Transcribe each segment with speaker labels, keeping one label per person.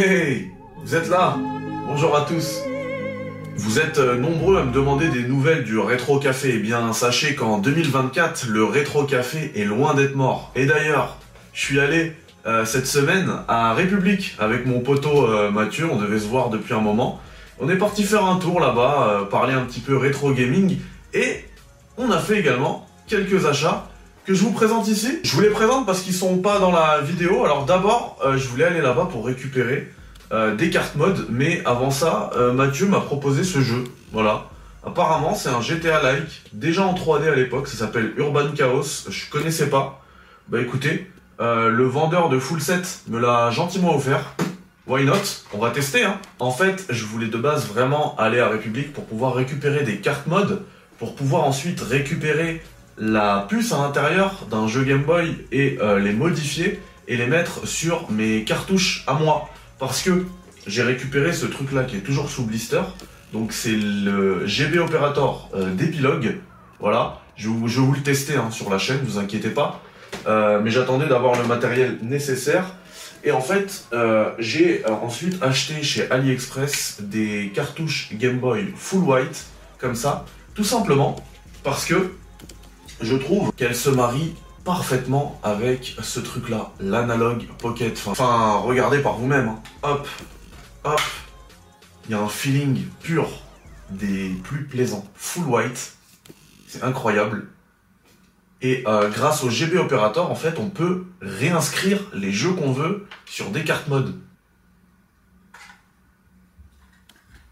Speaker 1: Hey Vous êtes là Bonjour à tous Vous êtes euh, nombreux à me demander des nouvelles du Rétro Café. Eh bien, sachez qu'en 2024, le Rétro Café est loin d'être mort. Et d'ailleurs, je suis allé euh, cette semaine à République avec mon poteau euh, Mathieu. On devait se voir depuis un moment. On est parti faire un tour là-bas, euh, parler un petit peu rétro gaming. Et on a fait également quelques achats que je vous présente ici. Je vous les présente parce qu'ils sont pas dans la vidéo. Alors d'abord, euh, je voulais aller là-bas pour récupérer euh, des cartes mode, mais avant ça, euh, Mathieu m'a proposé ce jeu. Voilà. Apparemment, c'est un GTA-like, déjà en 3D à l'époque, ça s'appelle Urban Chaos, je connaissais pas. Bah écoutez, euh, le vendeur de Full Set me l'a gentiment offert. Why not On va tester, hein. En fait, je voulais de base vraiment aller à République pour pouvoir récupérer des cartes mode, pour pouvoir ensuite récupérer la puce à l'intérieur d'un jeu Game Boy et euh, les modifier et les mettre sur mes cartouches à moi. Parce que j'ai récupéré ce truc là qui est toujours sous blister. Donc c'est le GB Operator euh, d'Epilogue. Voilà, je, vous- je vais vous le tester hein, sur la chaîne, vous inquiétez pas. Euh, mais j'attendais d'avoir le matériel nécessaire. Et en fait, euh, j'ai euh, ensuite acheté chez AliExpress des cartouches Game Boy Full White, comme ça, tout simplement parce que je trouve qu'elle se marie parfaitement avec ce truc là, l'analogue pocket. Enfin, Enfin, regardez par vous-même. hein. Hop, hop. Il y a un feeling pur des plus plaisants. Full white. C'est incroyable. Et euh, grâce au GB Operator, en fait, on peut réinscrire les jeux qu'on veut sur des cartes mode.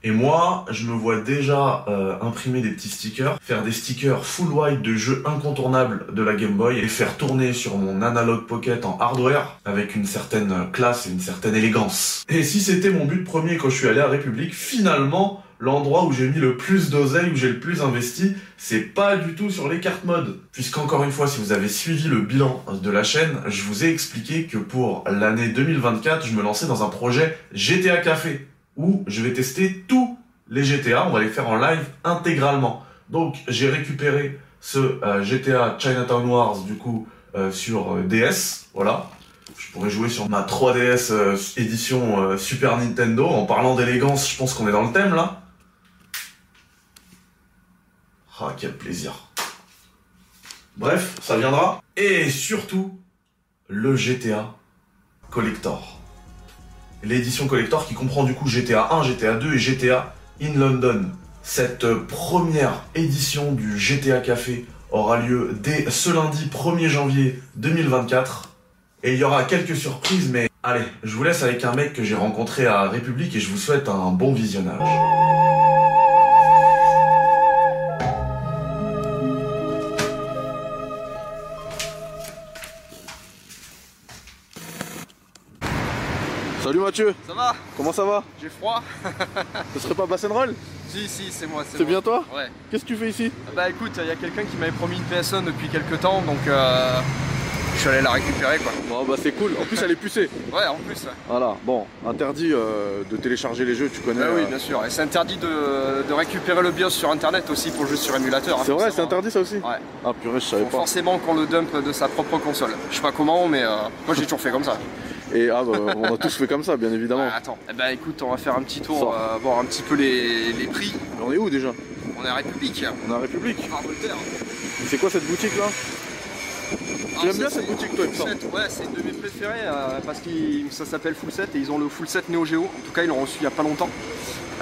Speaker 1: Et moi, je me vois déjà euh, imprimer des petits stickers, faire des stickers full white de jeux incontournables de la Game Boy et faire tourner sur mon Analog Pocket en hardware avec une certaine classe et une certaine élégance. Et si c'était mon but premier quand je suis allé à République, finalement, l'endroit où j'ai mis le plus d'oseille, où j'ai le plus investi, c'est pas du tout sur les cartes mode. Puisqu'encore une fois, si vous avez suivi le bilan de la chaîne, je vous ai expliqué que pour l'année 2024, je me lançais dans un projet GTA Café où je vais tester tous les GTA. On va les faire en live intégralement. Donc, j'ai récupéré ce euh, GTA Chinatown Wars, du coup, euh, sur euh, DS. Voilà. Je pourrais jouer sur ma 3DS euh, édition euh, Super Nintendo. En parlant d'élégance, je pense qu'on est dans le thème, là. Ah, quel plaisir. Bref, ça viendra. Et surtout, le GTA Collector l'édition collector qui comprend du coup GTA 1, GTA 2 et GTA in London. Cette euh, première édition du GTA Café aura lieu dès ce lundi 1er janvier 2024. Et il y aura quelques surprises, mais allez, je vous laisse avec un mec que j'ai rencontré à République et je vous souhaite un bon visionnage.
Speaker 2: Salut Mathieu,
Speaker 3: Ça va
Speaker 2: comment ça va
Speaker 3: J'ai froid
Speaker 2: Ce serait pas Bass Roll
Speaker 3: Si, si, c'est moi,
Speaker 2: C'est
Speaker 3: moi.
Speaker 2: bien toi
Speaker 3: Ouais.
Speaker 2: Qu'est-ce que tu fais ici
Speaker 3: Bah écoute, il y a quelqu'un qui m'avait promis une PS1 depuis quelques temps, donc euh, je suis allé la récupérer quoi.
Speaker 2: Bon bah c'est cool, en plus elle est pucée
Speaker 3: Ouais, en plus. ouais.
Speaker 2: Voilà, bon, interdit euh, de télécharger les jeux, tu connais
Speaker 3: Ah oui,
Speaker 2: euh,
Speaker 3: bien sûr. Et c'est interdit de, de récupérer le BIOS sur internet aussi pour jouer sur émulateur. hein,
Speaker 2: C'est vrai, c'est
Speaker 3: forcément.
Speaker 2: interdit ça aussi
Speaker 3: Ouais.
Speaker 2: Ah purée, je savais
Speaker 3: Faut
Speaker 2: pas.
Speaker 3: forcément qu'on le dump de sa propre console. Je sais pas comment, mais euh, moi j'ai toujours fait comme ça.
Speaker 2: Et ah bah on a tous fait comme ça, bien évidemment.
Speaker 3: Ouais, attends, eh bah écoute, on va faire un petit tour,
Speaker 2: Sors.
Speaker 3: euh, voir un petit peu les, les prix.
Speaker 2: Mais on est où déjà
Speaker 3: On est à République,
Speaker 2: On est à République.
Speaker 3: on va à Voltaire.
Speaker 2: C'est quoi cette boutique là
Speaker 3: Ah,
Speaker 2: J'aime
Speaker 3: ça,
Speaker 2: bien
Speaker 3: c'est-
Speaker 2: cette boutique toi, il me
Speaker 3: Full
Speaker 2: semble.
Speaker 3: set, ouais, c'est une de mes préférées euh, parce que ça s'appelle Full Set et ils ont le Full Set Neo Geo. En tout cas, ils l'ont reçu il y a pas longtemps.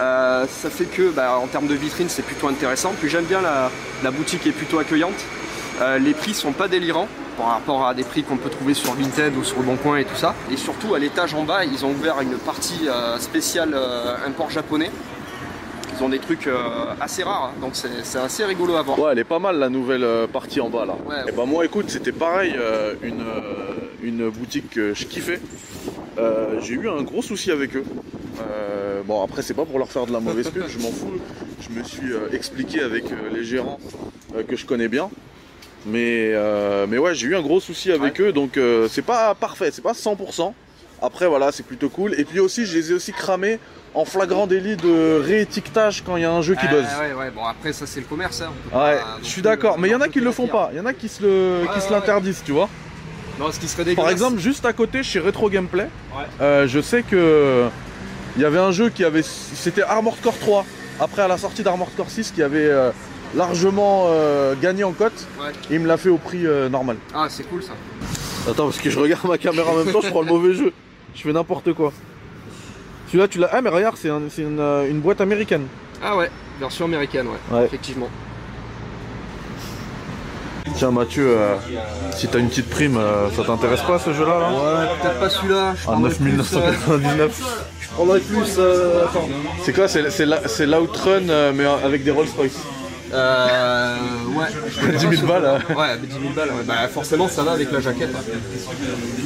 Speaker 3: Euh, ça fait que, bah, en termes de vitrine, c'est plutôt intéressant. Puis j'aime bien la, la boutique est plutôt accueillante. Euh, les prix sont pas délirants par rapport à des prix qu'on peut trouver sur Vinted ou sur le Bon Coin et tout ça. Et surtout, à l'étage en bas, ils ont ouvert une partie euh, spéciale euh, import japonais. Ils ont des trucs euh, assez rares, donc c'est c'est assez rigolo à voir.
Speaker 2: Ouais, elle est pas mal la nouvelle euh, partie en bas là.
Speaker 3: Ouais.
Speaker 2: Et bah moi écoute, c'était pareil, euh, une, euh, une boutique que je kiffais. Euh, j'ai eu un gros souci avec eux. Euh, bon après c'est pas pour leur faire de la mauvaise pub, je m'en fous. Je me suis euh, expliqué avec euh, les gérants euh, que je connais bien. Mais, euh, mais ouais j'ai eu un gros souci avec eux donc euh, c'est pas parfait, c'est pas 100%. Après voilà c'est plutôt cool. Et puis aussi je les ai aussi cramés en flagrant délit de réétiquetage quand il y a un jeu qui
Speaker 3: Ah,
Speaker 2: buzz.
Speaker 3: ouais, ouais, bon après ça c'est le commerce. hein, on peut
Speaker 2: Ouais,
Speaker 3: pas non
Speaker 2: je suis
Speaker 3: plus,
Speaker 2: d'accord,
Speaker 3: euh,
Speaker 2: mais il y en
Speaker 3: non
Speaker 2: a
Speaker 3: plus
Speaker 2: qui le
Speaker 3: tout
Speaker 2: font
Speaker 3: dire.
Speaker 2: pas, il y en a qui se le,
Speaker 3: Ouais,
Speaker 2: qui se
Speaker 3: ouais,
Speaker 2: l'interdisent, tu vois.
Speaker 3: Non, ce qui serait
Speaker 2: Par
Speaker 3: dégueulasse.
Speaker 2: exemple, juste à côté, chez Retro Gameplay,
Speaker 3: Ouais.
Speaker 2: euh, je sais que il y avait un jeu qui avait, c'était Armored Core 3. Après, à la sortie d'Armored Core 6, qui avait euh, largement euh, gagné en cote,
Speaker 3: Ouais.
Speaker 2: et il me l'a fait au prix euh, normal.
Speaker 3: Ah, c'est cool ça.
Speaker 2: Attends, parce que je regarde ma caméra en même temps, je prends le mauvais jeu. Je fais n'importe quoi. Celui-là, tu l'as. Ah, mais regarde, c'est un- c'est une, euh, une boîte américaine.
Speaker 3: Ah ouais, version américaine, ouais.
Speaker 2: Ouais.
Speaker 3: Effectivement.
Speaker 2: Tiens, Mathieu, euh, si t'as une petite prime, euh, ça t'intéresse pas ce jeu-là là Ah,
Speaker 3: Ouais, peut-être pas celui-là. Je
Speaker 2: À
Speaker 3: prendrais plus, euh,
Speaker 2: 9999.
Speaker 3: je prendrais plus. euh, attends.
Speaker 2: C'est quoi C'est c'est la- c'est l'outrun, euh, mais avec des Rolls Royce.
Speaker 3: Euh. Ouais.
Speaker 2: 10 000 balles, hein.
Speaker 3: Ouais, mais 10 000 balles, ouais. Bah, forcément, ça va avec la jaquette. hein.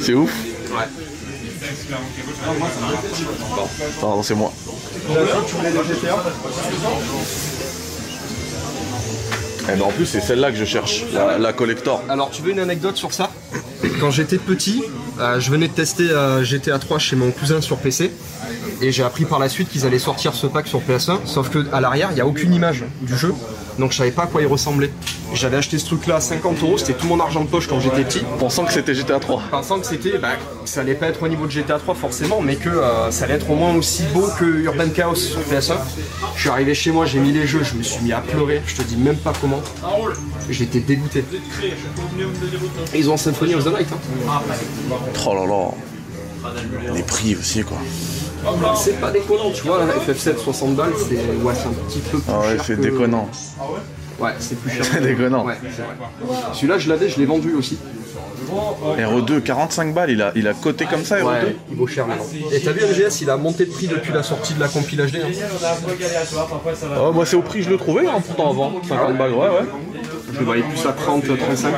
Speaker 2: C'est ouf.
Speaker 3: Ouais.
Speaker 2: Pardon, c'est moi. Eh ben en plus, c'est celle-là que je cherche, la, la collector.
Speaker 3: Alors, tu veux une anecdote sur ça Quand j'étais petit, euh, je venais de tester euh, GTA 3 chez mon cousin sur PC. Et j'ai appris par la suite qu'ils allaient sortir ce pack sur PS1. Sauf que à l'arrière, il n'y a aucune image du jeu. Donc, je savais pas à quoi il ressemblait. J'avais acheté ce truc-là à 50 euros. C'était tout mon argent de poche quand j'étais petit.
Speaker 2: Pensant que c'était GTA 3.
Speaker 3: Pensant que c'était, bah, que ça allait pas être au niveau de GTA 3 forcément, mais que euh, ça allait être au moins aussi beau que Urban Chaos sur PS1. Je suis arrivé chez moi, j'ai mis les jeux, je me suis mis à pleurer, je te dis même pas comment. J'étais dégoûté. Ils ont Symphony of the Night. hein.
Speaker 2: Oh là là. Les prix aussi, quoi.
Speaker 3: C'est pas déconnant, tu vois, là, FF7 60 balles, c'est ouais, c'est un petit peu plus
Speaker 2: Ah ouais,
Speaker 3: cher
Speaker 2: c'est
Speaker 3: que-
Speaker 2: déconnant.
Speaker 3: Ouais, c'est plus cher.
Speaker 2: C'est
Speaker 3: que-
Speaker 2: déconnant.
Speaker 3: Ouais, c'est vrai. Celui-là, je l'avais, je l'ai vendu aussi.
Speaker 2: RE2, 45 E balles, il a, il a coté comme ça, RE2
Speaker 3: Ouais, il vaut cher maintenant. Et t'as vu MGS, il a monté de prix depuis la sortie de la compile HD. hein.
Speaker 2: Ah, Moi, c'est au prix, je le trouvais, hein, pourtant avant. 50 balles, ouais, ouais.
Speaker 3: Je le voyais plus à 30, 35.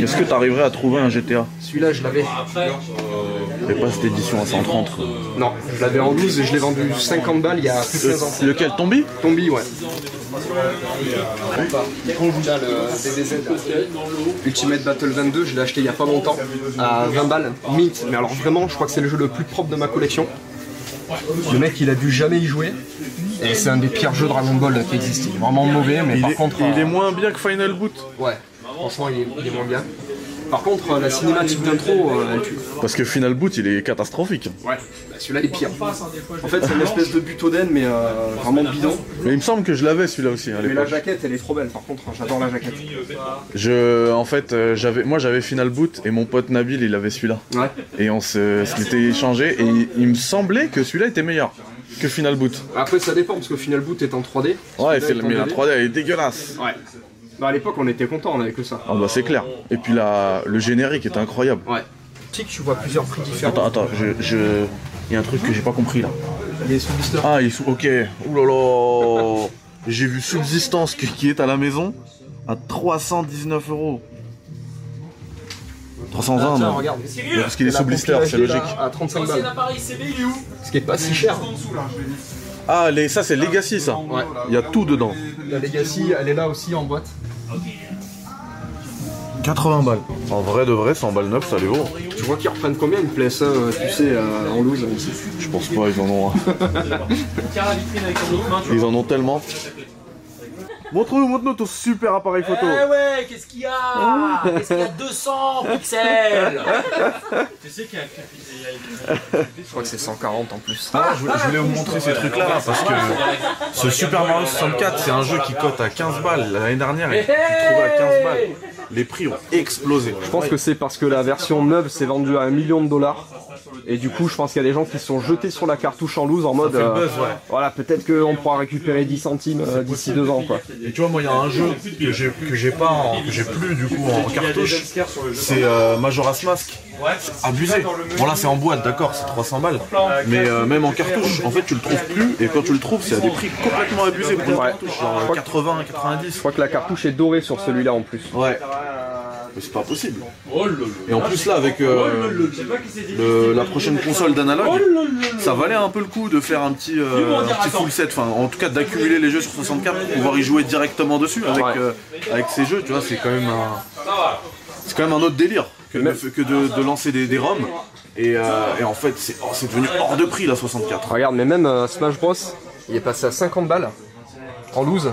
Speaker 2: Est-ce que t'arriverais à trouver un GTA
Speaker 3: Celui-là, je l'avais.
Speaker 2: Et pas cette édition à 130. quoi.
Speaker 3: Non, je l'avais en 12 et je l'ai vendu 50 balles il y a plus de 15 ans.
Speaker 2: Euh, Lequel Tombi
Speaker 3: Tombi, ouais. Là, le DDZ, là. Ultimate Battle 22, je l'ai acheté il y a pas longtemps à 20 balles, mint. Mais alors vraiment, je crois que c'est le jeu le plus propre de ma collection. Le mec, il a dû jamais y jouer. Et c'est un des pires jeux Dragon Ball qui existe. Il est vraiment mauvais, mais
Speaker 2: il
Speaker 3: par
Speaker 2: est,
Speaker 3: contre.
Speaker 2: il
Speaker 3: euh,
Speaker 2: est moins bien que Final Boot.
Speaker 3: Ouais, franchement, il est, il est moins bien. Par contre, euh, la cinématique d'intro, euh, elle tue.
Speaker 2: Parce que Final Boot, il est catastrophique.
Speaker 3: Ouais, bah, celui-là est pire. En fait, c'est une espèce de butoden, mais euh, vraiment bidon.
Speaker 2: Mais il me semble que je l'avais celui-là aussi à
Speaker 3: Mais la
Speaker 2: l'époque.
Speaker 3: jaquette, elle est trop belle, par contre, hein, j'adore la jaquette.
Speaker 2: Je, en fait, euh, j'avais, moi j'avais Final Boot et mon pote Nabil, il avait celui-là.
Speaker 3: Ouais.
Speaker 2: Et on se, se l'était échangé et il, il me semblait que celui-là était meilleur que Final Boot.
Speaker 3: Après, ça dépend, parce que Final Boot est en 3D.
Speaker 2: Ouais,
Speaker 3: Celui-là
Speaker 2: c'est,
Speaker 3: est en
Speaker 2: mais la
Speaker 3: 2D.
Speaker 2: 3D elle Oh, est dégueulasse.
Speaker 3: Ouais. Bah, à l'époque, on était content, on avait que ça.
Speaker 2: Ah bah c'est clair. Et puis la, le générique est incroyable.
Speaker 3: Ouais. Tu sais que tu vois plusieurs prix différents.
Speaker 2: Attends, attends, je, je- il y a un truc que j'ai pas compris là.
Speaker 3: Les sous-listeurs.
Speaker 2: Ah, ils sont, ok. Oulala. J'ai vu Subsistance qui- qui est à la maison à 319 euros. 320.
Speaker 3: Ah, tiens,
Speaker 2: non.
Speaker 3: regarde.
Speaker 2: Mais Parce qu'il est
Speaker 3: La
Speaker 2: sous blister,
Speaker 3: compilage
Speaker 2: c'est
Speaker 3: est
Speaker 2: logique.
Speaker 3: là, À 35
Speaker 4: C'est
Speaker 3: balles.
Speaker 4: l'appareil CB, il est où
Speaker 3: Ce qui est pas si cher.
Speaker 2: Ah, les, ça c'est Legacy ça.
Speaker 3: Ouais.
Speaker 2: Il y a tout dedans.
Speaker 3: La Legacy, elle est là aussi en boîte.
Speaker 2: 80 balles. En vrai de vrai, 100 balles 9, ça les vaut.
Speaker 3: Tu vois qu'ils reprennent combien une place, tu sais, euh, en loose aussi.
Speaker 2: Je pense pas, ils en ont. hein.
Speaker 4: Tiens la vitrine avec ton autre main, tu
Speaker 2: Ils en ont tellement. Montre-nous, montre-nous ton super appareil photo.
Speaker 4: vois. Eh ouais, qu'est-ce qu'il y a Qu'est-ce qu'il y a 200 pixels
Speaker 3: Je crois que c'est 140 en plus.
Speaker 1: Ah, je, voulais- je voulais vous montrer ces trucs là, parce que ce Super Mario 64 c'est un jeu qui cote à 15 balles. L'année dernière il tu trouvais à 15 balles. Les prix ont explosé.
Speaker 3: Je pense que c'est parce que la version neuve s'est vendue à un million de dollars. Et du coup, je pense qu'il y a des gens qui se sont jetés sur la cartouche en loose en mode.
Speaker 1: fait le
Speaker 3: euh,
Speaker 1: buzz, ouais.
Speaker 3: Voilà, peut-être qu'on pourra récupérer 10 centimes euh, d'ici deux ans, quoi.
Speaker 1: Et tu vois, moi, il y a un jeu que j'ai que j'ai pas, en- que j'ai plus du coup en cartouche. C'est euh, Majora's Mask. C'est Abusé. Bon là, c'est en boîte, d'accord, c'est 300 balles. Mais euh, même en cartouche, en fait, tu le trouves plus. Et quand tu le trouves, c'est à des prix complètement abusés pour une
Speaker 3: Ouais.
Speaker 1: cartouche, genre euh, 80, 90.
Speaker 3: Je crois que la cartouche est dorée sur celui-là en plus.
Speaker 1: Ouais. Mais c'est pas possible. Et en plus Oh là, avec euh, le- la prochaine console
Speaker 4: Oh
Speaker 1: d'analogue, ça valait un peu le coup de faire un petit, euh, un petit full set, enfin en tout cas d'accumuler les jeux sur 64 pour pouvoir y jouer directement dessus avec,
Speaker 3: Ouais.
Speaker 1: euh, avec ces jeux, tu vois, c'est quand même un. C'est quand même un autre délire que de, que de- de lancer des, des ROM. Et, euh, et en fait, c'est oh, c'est devenu hors de prix la 64.
Speaker 3: Regarde, mais même euh, Smash Bros, il est passé à 50 balles en loose.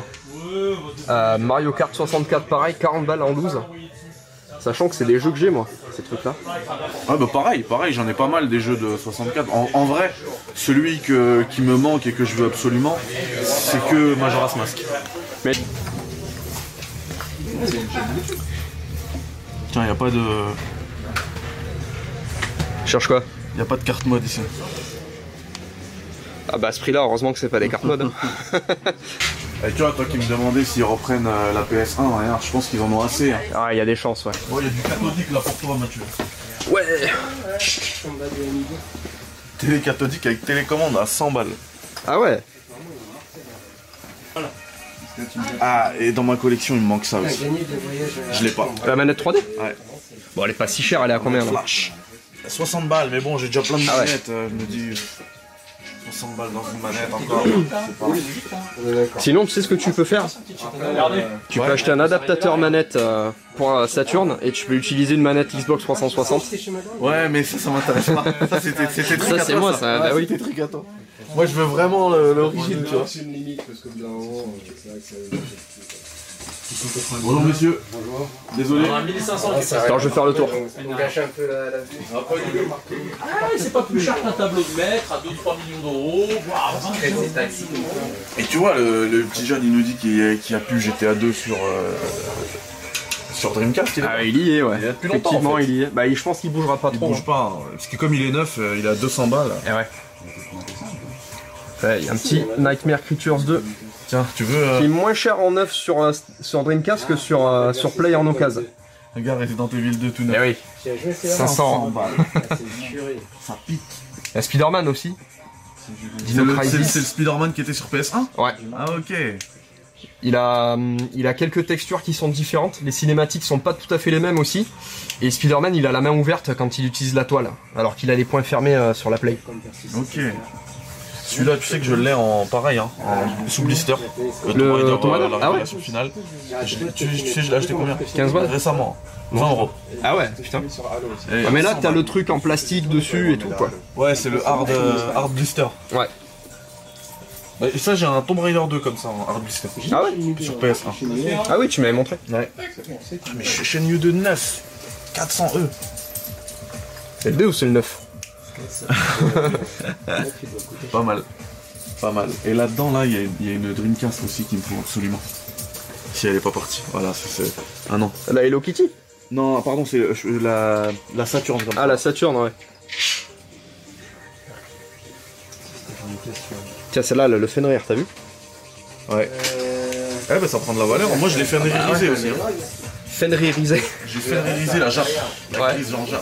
Speaker 3: Euh, Mario Kart 64, pareil, 40 balles en loose. Sachant que c'est des jeux que j'ai moi, ces trucs-là.
Speaker 1: Ah bah pareil, pareil, j'en ai pas mal des jeux de 64. En, en vrai, celui que, qui me manque et que je veux absolument, c'est que Majora's Mask.
Speaker 3: Mais-
Speaker 1: Tiens, y a pas de,
Speaker 3: Cherche quoi
Speaker 1: y a pas de carte mode ici.
Speaker 3: Ah bah à ce prix-là, heureusement que c'est pas des cartes mode. hein.
Speaker 1: Et tu vois, toi qui me demandais s'ils reprennent euh, la PS1, regarde, je pense qu'ils en ont assez. hein.
Speaker 3: ah, il y a des chances, ouais.
Speaker 1: Bon, y a du cathodique là pour toi, Mathieu.
Speaker 3: Ouais
Speaker 1: Télé cathodique avec télécommande à 100 balles.
Speaker 3: Ah ouais
Speaker 1: Ah, et dans ma collection, il me manque ça aussi. Je l'ai pas.
Speaker 3: La manette 3D
Speaker 1: Ouais.
Speaker 3: Bon, elle est pas si chère, elle est à combien là
Speaker 1: Flash. 60 balles, mais bon, j'ai déjà plein de
Speaker 3: Ah ouais.
Speaker 1: manettes. euh, je me dis. euh, 60 balles dans une manette encore. c'est pas-
Speaker 3: Sinon, tu sais ce que tu peux faire Tu peux acheter un adaptateur manette euh, pour euh, Saturn et tu peux utiliser une manette Xbox 360.
Speaker 1: Ouais, mais ça, ça m'intéresse pas. Ça, c'était c'était truc
Speaker 3: Ça,
Speaker 1: à
Speaker 3: c'est
Speaker 1: toi,
Speaker 3: moi, ça. Bah oui.
Speaker 1: Moi, je veux vraiment euh, l'origine, tu vois. Bonjour, messieurs. Désolé.
Speaker 4: Alors, à 1500, tu passes.
Speaker 3: Attends, je vais faire le tour.
Speaker 4: Ah, c'est pas plus cher qu'un tableau de maître à 2-3 millions d'euros, voire 20 millions d'euros.
Speaker 1: Et tu vois, le, le petit jeune, il nous dit qu'il y a- qu'il a pu GTA 2 sur. euh, sur Dreamcast, il est.
Speaker 3: Ah, il y est, ouais.
Speaker 1: Il y a depuis longtemps,
Speaker 3: Effectivement,
Speaker 1: en fait.
Speaker 3: il y est. Bah, il- je pense qu'il bougera pas
Speaker 1: Il
Speaker 3: trop.
Speaker 1: bouge pas, hein, parce que comme il est neuf, euh, il a 200 balles.
Speaker 3: Eh ouais. Ouais, il y a un petit Nightmare Creatures 2
Speaker 1: Tiens, tu veux. euh,
Speaker 3: qui est moins cher en neuf sur, euh, sur Dreamcast que sur, euh, sur Play en occasion.
Speaker 1: Regarde Resident Evil 2 tout
Speaker 3: Eh
Speaker 1: neuf.
Speaker 3: oui, 500.
Speaker 1: Ça pique.
Speaker 3: Il y a Spider-Man aussi.
Speaker 1: C'est
Speaker 3: Dino
Speaker 1: le, c'est le-
Speaker 3: Crisis.
Speaker 1: c'est le Spider-Man qui était sur PS1
Speaker 3: Ouais.
Speaker 1: Ah, ok.
Speaker 3: Il a, hum, il a quelques textures qui sont différentes. Les cinématiques sont pas tout à fait les mêmes aussi. Et Spider-Man, il a la main ouverte quand il utilise la toile, alors qu'il a les poings fermés euh, sur la play.
Speaker 1: Ok. Celui-là, tu sais que je l'ai en pareil, hein, en sous blister. Le, Tomb Raider,
Speaker 3: Tomb Raider
Speaker 1: euh, la
Speaker 3: Ah ouais
Speaker 1: révélation finale. Je- Tu, tu sais, je l'ai acheté combien
Speaker 3: 15 balles
Speaker 1: Récemment. 20 euros.
Speaker 3: Ah ouais, putain.
Speaker 1: Et
Speaker 3: mais là,
Speaker 1: 100
Speaker 3: t'as le
Speaker 1: balles.
Speaker 3: truc en plastique dessus et tout, quoi.
Speaker 1: Ouais, c'est le hard, euh, hard blister.
Speaker 3: Ouais.
Speaker 1: Ouais, Et ça, j'ai un Tomb Raider 2 comme ça, en hard blister.
Speaker 3: Ah ouais
Speaker 1: Sur PS1.
Speaker 3: Ah oui, tu m'avais montré.
Speaker 1: Mais je suis chez New de 9. 400 E.
Speaker 3: C'est le 2 ou c'est le 9
Speaker 1: Pas mal. Pas mal. Et là-dedans, là, il y a- il y, a une Dreamcast aussi qu'il me faut absolument. Si elle est pas partie. Voilà, ça, c'est. Ah non.
Speaker 3: La Hello Kitty
Speaker 1: Non, pardon, c'est euh, je- la, la Saturn. comme
Speaker 3: Ah, la Saturn, ouais. Tiens, celle-là, elle le fait rire, t'as vu
Speaker 1: ça. Eh ben, ça prend de la valeur. Moi, je l'ai fait néririser aussi. hein.
Speaker 3: Fenririsé.
Speaker 1: J'ai fait néririser la Jap. La
Speaker 3: Ouais.
Speaker 1: crise Jean Jap.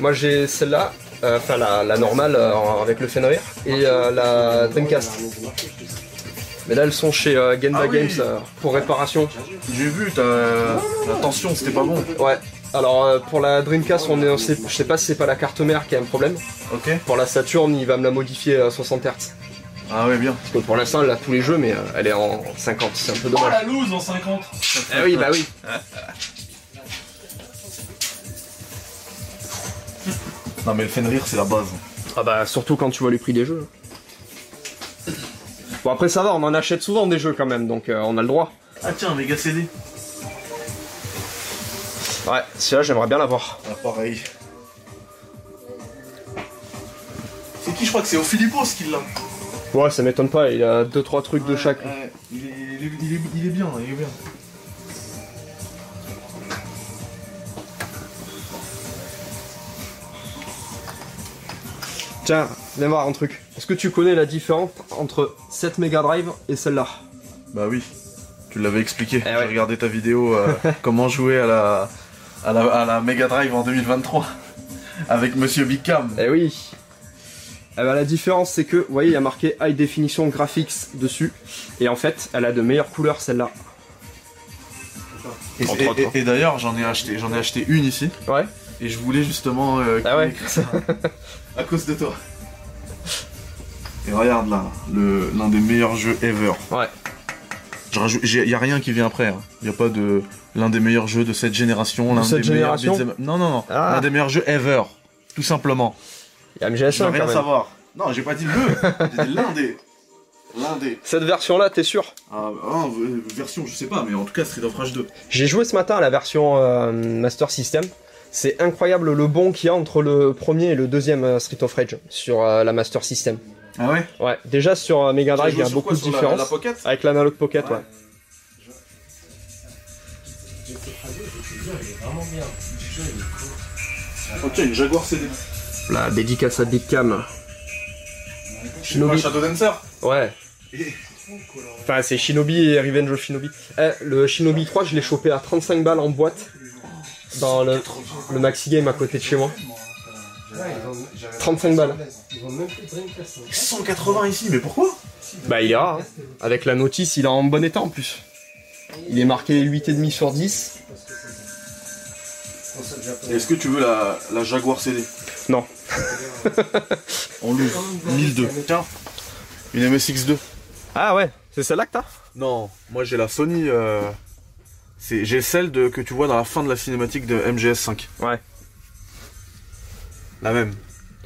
Speaker 3: Moi j'ai celle-là, euh, enfin la, la normale euh, en- avec le Fenrir et euh, la Dreamcast. Mais là elles sont chez euh, Genba
Speaker 1: Ah oui.
Speaker 3: Games euh, pour réparation.
Speaker 1: J'ai vu, t'as. euh, La tension, Ah, c'était pas bon.
Speaker 3: Ouais. Alors euh, pour la Dreamcast, on est, on sait- je sais pas si c'est pas la carte mère qui a un problème.
Speaker 1: Ok.
Speaker 3: Pour la Saturn, il va me la modifier à 60 Hz.
Speaker 1: Ah ouais, bien.
Speaker 3: Parce que pour l'instant, elle a tous les jeux, mais euh, elle est en 50. C'est un peu
Speaker 4: Oh
Speaker 3: dommage.
Speaker 4: la loose en 50
Speaker 3: Ah oui, bah oui.
Speaker 1: Non, mais le Fenrir, c'est la base.
Speaker 3: Ah bah surtout quand tu vois les prix des jeux. Bon après ça va, on en achète souvent des jeux quand même, donc euh, on a le droit.
Speaker 1: Ah tiens, méga CD.
Speaker 3: Ouais, celui-là j'aimerais bien l'avoir.
Speaker 1: Ah, pareil. C'est qui Je crois que c'est Ophilipos qui l'a.
Speaker 3: Ouais, ça m'étonne pas, il a 2-3 trucs de chaque.
Speaker 1: Ouais, il, est, il, est, il est- il est bien, il est bien.
Speaker 3: Tiens, viens voir un truc. Est-ce que tu connais la différence entre cette Mega Drive et celle-là
Speaker 1: Bah oui, tu l'avais expliqué.
Speaker 3: Eh
Speaker 1: J'ai
Speaker 3: ouais.
Speaker 1: regardé ta vidéo euh, comment jouer à la, à la, à la Mega Drive en 2023 avec Monsieur Big Cam.
Speaker 3: Eh oui Eh ben la différence c'est que, vous voyez, il y a marqué High Definition Graphics dessus. Et en fait, elle a de meilleures couleurs celle-là.
Speaker 1: Et,
Speaker 3: Entre autres,
Speaker 1: et-
Speaker 3: hein.
Speaker 1: et d'ailleurs, j'en ai acheté, j'en ai acheté une ici.
Speaker 3: Ouais.
Speaker 1: Et je voulais justement euh,
Speaker 3: Ah ouais.
Speaker 1: écrire ça à cause de toi. Et regarde là, le- l'un des meilleurs jeux ever.
Speaker 3: Ouais.
Speaker 1: Je rajou- j'ai- y a rien qui vient après. Il Y a pas de l'un des meilleurs jeux de cette génération, l'un
Speaker 3: cette
Speaker 1: des meilleurs
Speaker 3: génération
Speaker 1: beat'em up- Non non non,
Speaker 3: Ah.
Speaker 1: l'un des meilleurs jeux ever, tout simplement.
Speaker 3: Il y a
Speaker 1: Je veux
Speaker 3: MGS1
Speaker 1: rien
Speaker 3: quand même.
Speaker 1: savoir. Non, j'ai pas dit le, j'ai dit l'un des. L'indé.
Speaker 5: Cette version-là, t'es sûr
Speaker 1: Ah, ah, euh, version, je sais pas, mais en tout cas, Street of Rage 2.
Speaker 3: J'ai joué ce matin à la version euh, Master System. C'est incroyable le bond qu'il y a entre le premier et le deuxième euh, Street of Rage sur euh, la Master System.
Speaker 1: Ah ouais
Speaker 3: Ouais, déjà sur euh, Mega Drive, il y a beaucoup de
Speaker 1: La,
Speaker 3: différences.
Speaker 1: la Pocket
Speaker 3: Avec l'analogue pocket,
Speaker 1: Ouais.
Speaker 3: ouais.
Speaker 1: Ok, une Jaguar CD.
Speaker 3: La dédicace à Bitcam.
Speaker 1: Je sais pas, Shadow Dancer
Speaker 3: Ouais. Enfin, c'est Shinobi et Revenge of Shinobi. Eh, le Shinobi 3, je l'ai chopé à 35 balles en boîte. Dans le, le Maxi Game à côté de chez moi. 35 balles.
Speaker 6: 180 ici, mais pourquoi
Speaker 3: Bah, il est rare. hein. Avec la notice, il est en bon état en plus. Il est marqué 8,5 sur 10.
Speaker 1: Est-ce que tu veux la, la Jaguar CD
Speaker 3: Non.
Speaker 1: On l'ouvre. 1002. Tiens, une MSX2.
Speaker 3: Ah ouais, c'est celle-là que t'as
Speaker 1: Non, moi j'ai la Sony. euh, c'est- J'ai celle de, que tu vois dans la fin de la cinématique de MGS5.
Speaker 3: Ouais.
Speaker 1: La même.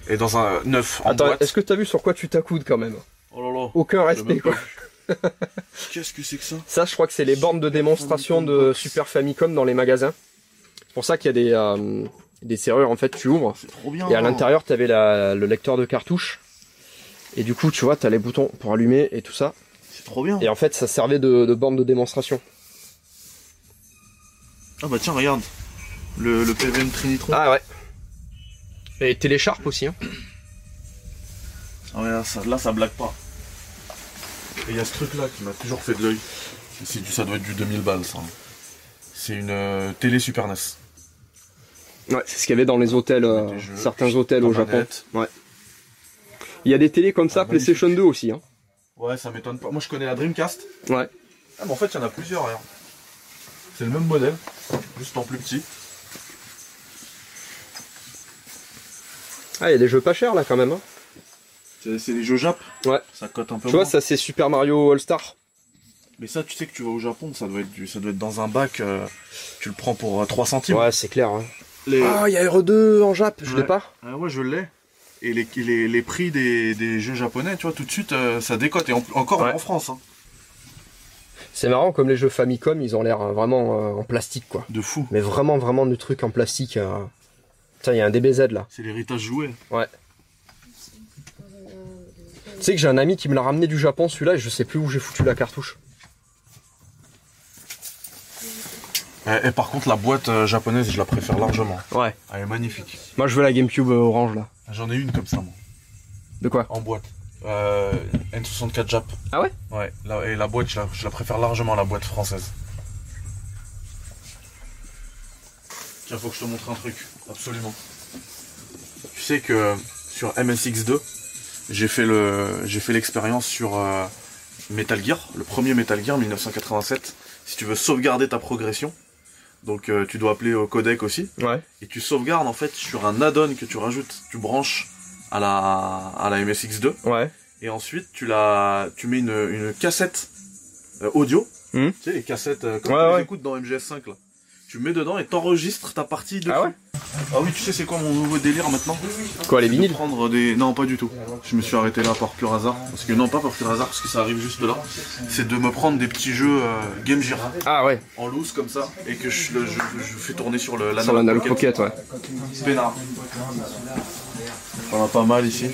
Speaker 1: Et dans un 9 en
Speaker 3: Attends,
Speaker 1: boîte.
Speaker 3: est-ce que t'as vu sur quoi tu t'accoudes quand même
Speaker 1: Oh là là.
Speaker 3: Aucun
Speaker 1: j'ai même
Speaker 3: respect
Speaker 1: pas
Speaker 3: quoi.
Speaker 1: vu. Qu'est-ce que c'est que ça
Speaker 3: Ça, je crois que c'est les bornes de démonstration de Super Famicom dans les magasins. C'est pour ça qu'il y a des, euh, des serrures en fait, tu ouvres.
Speaker 1: C'est trop bien.
Speaker 3: Et à l'intérieur, t'avais la- le lecteur de cartouche. Et du coup, tu vois, t'as les boutons pour allumer et tout ça.
Speaker 1: C'est trop bien.
Speaker 3: Et en fait, ça servait de, de borne de démonstration.
Speaker 1: Ah bah tiens, regarde. Le, le PVM Trinitron. Ah,
Speaker 3: Ah ouais. Et Télécharpe aussi. Hein.
Speaker 1: Ah ouais, là, ça, là ça blague pas. Et il y a ce truc là qui m'a toujours fait de l'œil. C'est du- Ça doit être du 2000 balles ça. hein. C'est une euh, télé Super NES.
Speaker 3: Ouais, c'est ce qu'il y avait dans les hôtels, euh,
Speaker 1: Des jeux.
Speaker 3: certains hôtels au Japon.
Speaker 1: Internet.
Speaker 3: Il y a des télés comme ça,
Speaker 1: Ah, magnifique.
Speaker 3: PlayStation 2 aussi. Hein.
Speaker 1: Ouais, ça m'étonne pas. Moi, je connais la Dreamcast.
Speaker 3: Ouais.
Speaker 1: Ah, mais en fait, il y en a plusieurs, regarde. C'est le même modèle, juste en plus petit.
Speaker 3: Ah, il y a des jeux pas chers là quand même. hein.
Speaker 1: C'est c'est les jeux Jap.
Speaker 3: Ouais.
Speaker 1: Ça cote un peu
Speaker 3: Tu vois,
Speaker 1: moins.
Speaker 3: ça c'est Super Mario All Star.
Speaker 1: Mais ça, tu sais que tu vas au Japon, ça doit être, du- ça doit être dans un bac. euh, tu le prends pour euh, 3 centimes.
Speaker 3: Ouais, c'est clair. hein.
Speaker 1: Les-
Speaker 3: Ah, il y a Euro 2 en Jap, je
Speaker 1: Ouais.
Speaker 3: l'ai pas.
Speaker 1: Ah ouais, je l'ai. Et les, les, les prix des, des jeux japonais, tu vois, tout de suite, euh, ça décote. Et en- encore
Speaker 3: Ouais.
Speaker 1: en France, hein.
Speaker 3: C'est marrant comme les jeux Famicom, ils ont l'air euh, vraiment euh, en plastique quoi.
Speaker 1: De fou.
Speaker 3: Mais vraiment vraiment du truc en plastique. euh. Putain, il y a un DBZ là.
Speaker 1: C'est l'héritage joué.
Speaker 3: Tu sais que j'ai un ami qui me l'a ramené du Japon celui-là et je sais plus où j'ai foutu la cartouche.
Speaker 1: Et, et par contre, la boîte euh, japonaise, je la préfère largement. Ah,
Speaker 3: Ouais.
Speaker 1: Elle est magnifique.
Speaker 3: Moi je veux la GameCube euh, orange là.
Speaker 1: J'en ai une comme ça, moi.
Speaker 3: De quoi
Speaker 1: En boîte. Euh, N64 Jap.
Speaker 3: Ah ouais
Speaker 1: Ouais. la- et la boîte, je la, je la préfère largement à la boîte française. Tiens, faut que je te montre un truc. Absolument. Tu sais que sur MSX2, j'ai fait le, j'ai fait l'expérience sur euh, Metal Gear, le premier Metal Gear 1987. Si tu veux sauvegarder ta progression, donc euh, tu dois appeler au codec aussi
Speaker 3: Ouais.
Speaker 1: et tu sauvegardes en fait sur un add-on que tu rajoutes, tu branches à la, à la MSX2
Speaker 3: Ouais.
Speaker 1: et ensuite tu la tu mets une, une cassette euh, audio,
Speaker 3: Mhm.
Speaker 1: tu sais les cassettes euh, comme
Speaker 3: Ouais,
Speaker 1: on
Speaker 3: ouais.
Speaker 1: les écoute dans MGS5 là. Tu mets dedans et t'enregistres ta partie dessus.
Speaker 3: Ah ouais
Speaker 1: Ah oui, tu sais c'est quoi mon nouveau délire maintenant
Speaker 3: Quoi les
Speaker 1: C'est de
Speaker 3: vinyles
Speaker 1: prendre des non pas du tout. Je me suis arrêté là par pur hasard parce que non pas par pur hasard parce que ça arrive juste là. C'est de me prendre des petits jeux euh, Game Gear
Speaker 3: Ah ouais,
Speaker 1: en loose comme ça et que je, le- je- je- je fais tourner sur le
Speaker 3: sur l'anal pocket ouais.
Speaker 1: Bénard. On a pas mal ici.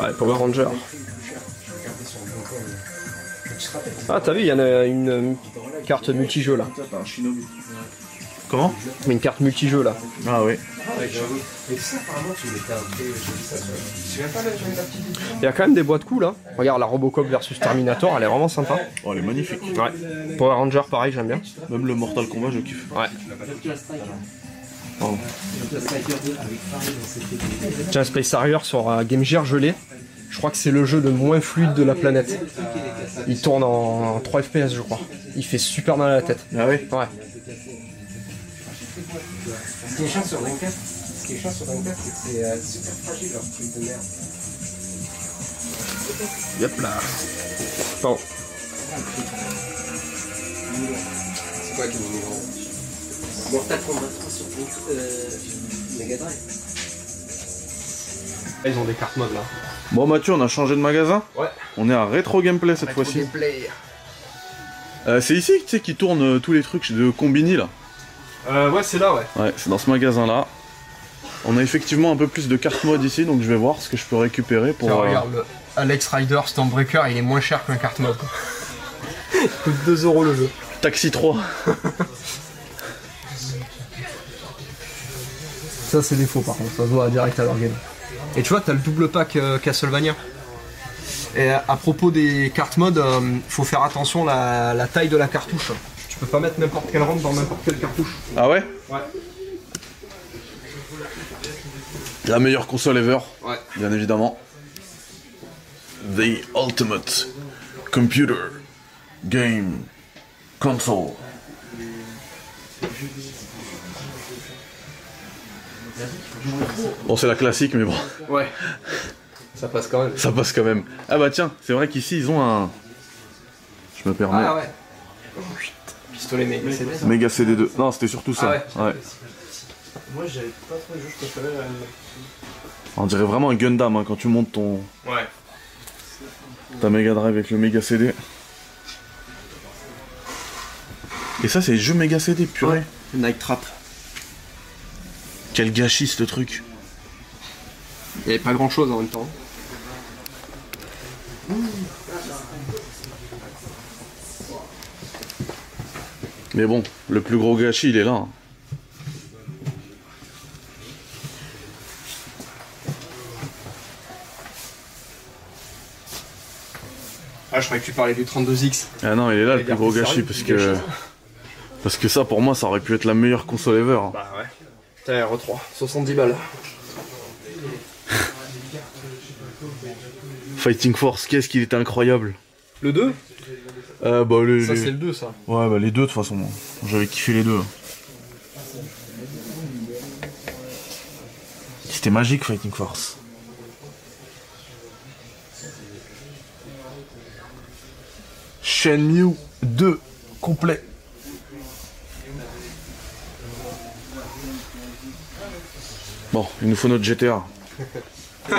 Speaker 3: Ouais, Power Ranger. Ah t'as vu, il y en a une euh, carte multijeu là.
Speaker 1: Comment
Speaker 3: Mais une carte multijeu là.
Speaker 1: Ah oui.
Speaker 3: Il y a quand même des boîtes cool là. Regarde la Robocop versus Terminator, elle est vraiment sympa.
Speaker 1: Oh, elle est magnifique.
Speaker 3: Ouais. Power Ranger pareil, j'aime bien.
Speaker 1: Même le Mortal Kombat, je kiffe.
Speaker 3: Ouais. Tiens, Space Harrier sur euh, Game Gear, je l'ai. Je crois que c'est le jeu le moins fluide de la planète. Il tourne en 3 FPS, je crois. Il fait super mal à la tête.
Speaker 1: Ah oui
Speaker 3: Ouais.
Speaker 7: Ce qui est chiant sur Dreamcast, ce qui est chiant sur Dreamcast, c'est que c'est euh, super fragile leur truc de merde.
Speaker 1: Yep là.
Speaker 3: Bon,
Speaker 7: C'est quoi qui est numéro Mortal Kombat 3 sur Dream- euh, Mega Drive.
Speaker 3: ils ont des cartes mode là.
Speaker 2: Bon Mathieu, on a changé de magasin.
Speaker 8: Ouais.
Speaker 2: On est à Retro Gameplay cette fois-ci. Euh, c'est ici tu sais, qu'ils tournent euh, tous les trucs de Combini là.
Speaker 8: Euh, ouais, c'est là, ouais.
Speaker 2: Ouais, c'est dans ce magasin là. On a effectivement un peu plus de cartes mod ici, donc je vais voir ce que je peux récupérer pour.
Speaker 8: Tiens,
Speaker 2: euh,
Speaker 8: regarde, le Alex Rider Stormbreaker, il est moins cher qu'un carte mode. il coûte 2 euros le jeu.
Speaker 2: Taxi 3.
Speaker 8: Ça, c'est des faux, par contre. Ça se voit direct à l'organe. Et tu vois, t'as le double pack euh, Castlevania. Et à à propos des cartes mode, euh, faut faire attention à la, la taille de la cartouche. Tu peux pas mettre n'importe quelle rampe dans n'importe quelle cartouche.
Speaker 2: Ah ouais
Speaker 8: Ouais.
Speaker 2: La meilleure console ever.
Speaker 8: Ouais.
Speaker 2: Bien évidemment. The ultimate computer game console. Bon, c'est la classique, mais bon,
Speaker 8: Ouais. Ça passe quand même.
Speaker 2: ça passe quand même. Ah bah tiens, c'est vrai qu'ici, ils ont un... Je me permets.
Speaker 8: Ah ouais. Pistolet, mais mais c'est bien.
Speaker 2: Mega CD2. Non, c'était surtout ça.
Speaker 8: Ah
Speaker 2: ouais. On dirait vraiment un Gundam hein, quand tu montes ton.
Speaker 8: Ouais.
Speaker 2: Ta Mega Drive avec le Mega CD. Et ça, c'est jeu Mega CD, purée.
Speaker 3: Night Trap.
Speaker 2: Quel gâchis ce truc.
Speaker 8: Il n'y avait pas grand chose en même temps.
Speaker 2: Mais bon, le plus gros gâchis, il est là. hein.
Speaker 8: Ah, je croyais que tu parlais du 32X.
Speaker 2: Ah non, il est là le
Speaker 8: Les
Speaker 2: plus
Speaker 8: gars,
Speaker 2: gros
Speaker 8: sérieux,
Speaker 2: gâchis
Speaker 8: le
Speaker 2: parce
Speaker 8: plus
Speaker 2: que.
Speaker 8: gâchis.
Speaker 2: Parce que ça, pour moi, ça aurait pu être la meilleure console ever. hein.
Speaker 8: Bah ouais. TR3, 70 balles.
Speaker 2: Fighting Force, qu'est-ce qu'il était incroyable.
Speaker 8: Le 2
Speaker 2: Euh, bah, le-
Speaker 8: Ça, c'est le 2, ça.
Speaker 2: Ouais, bah les deux de toute façon. J'avais kiffé les deux. C'était magique Fighting Force. Shenmue 2 complet. Bon, il nous faut notre GTA.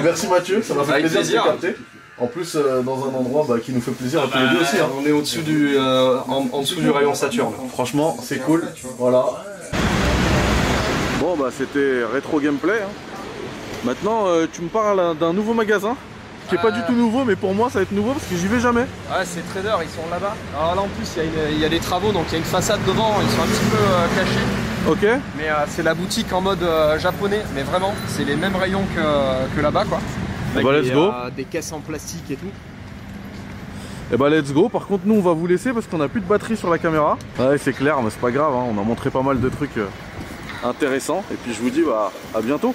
Speaker 2: Merci Mathieu, ça m'a fait
Speaker 3: Avec
Speaker 2: plaisir,
Speaker 3: plaisir.
Speaker 2: de te capter. En plus, euh, dans un endroit bah, qui nous fait plaisir à tous les deux aussi. hein.
Speaker 3: On est au-dessous du, euh, en, en dessous du rayon Saturne.
Speaker 2: Franchement, c'est cool. Voilà. Bon, bah c'était rétro gameplay. hein. Maintenant, euh, tu me parles euh, d'un nouveau magasin qui est pas
Speaker 3: Euh.
Speaker 2: du tout nouveau, mais pour moi ça va être nouveau parce que j'y vais jamais.
Speaker 3: Ouais, ces traders, ils sont là-bas. Alors là, en plus, il y a une- il y, a des travaux, donc il y a une façade devant, ils sont un petit peu euh, cachés.
Speaker 2: Ok
Speaker 3: Mais euh, c'est la boutique en mode euh, japonais, mais vraiment, c'est les mêmes rayons que, que là-bas, quoi.
Speaker 2: Eh bah, let's
Speaker 3: des,
Speaker 2: go.
Speaker 3: euh, des caisses en plastique et tout.
Speaker 2: Et bah let's go. Par contre, nous on va vous laisser parce qu'on a plus de batterie sur la caméra. Ouais, c'est clair, mais c'est pas grave. hein. On a montré pas mal de trucs euh, intéressants. Et puis je vous dis bah, à bientôt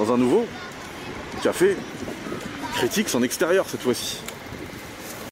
Speaker 2: dans un nouveau café critique en extérieur cette fois-ci.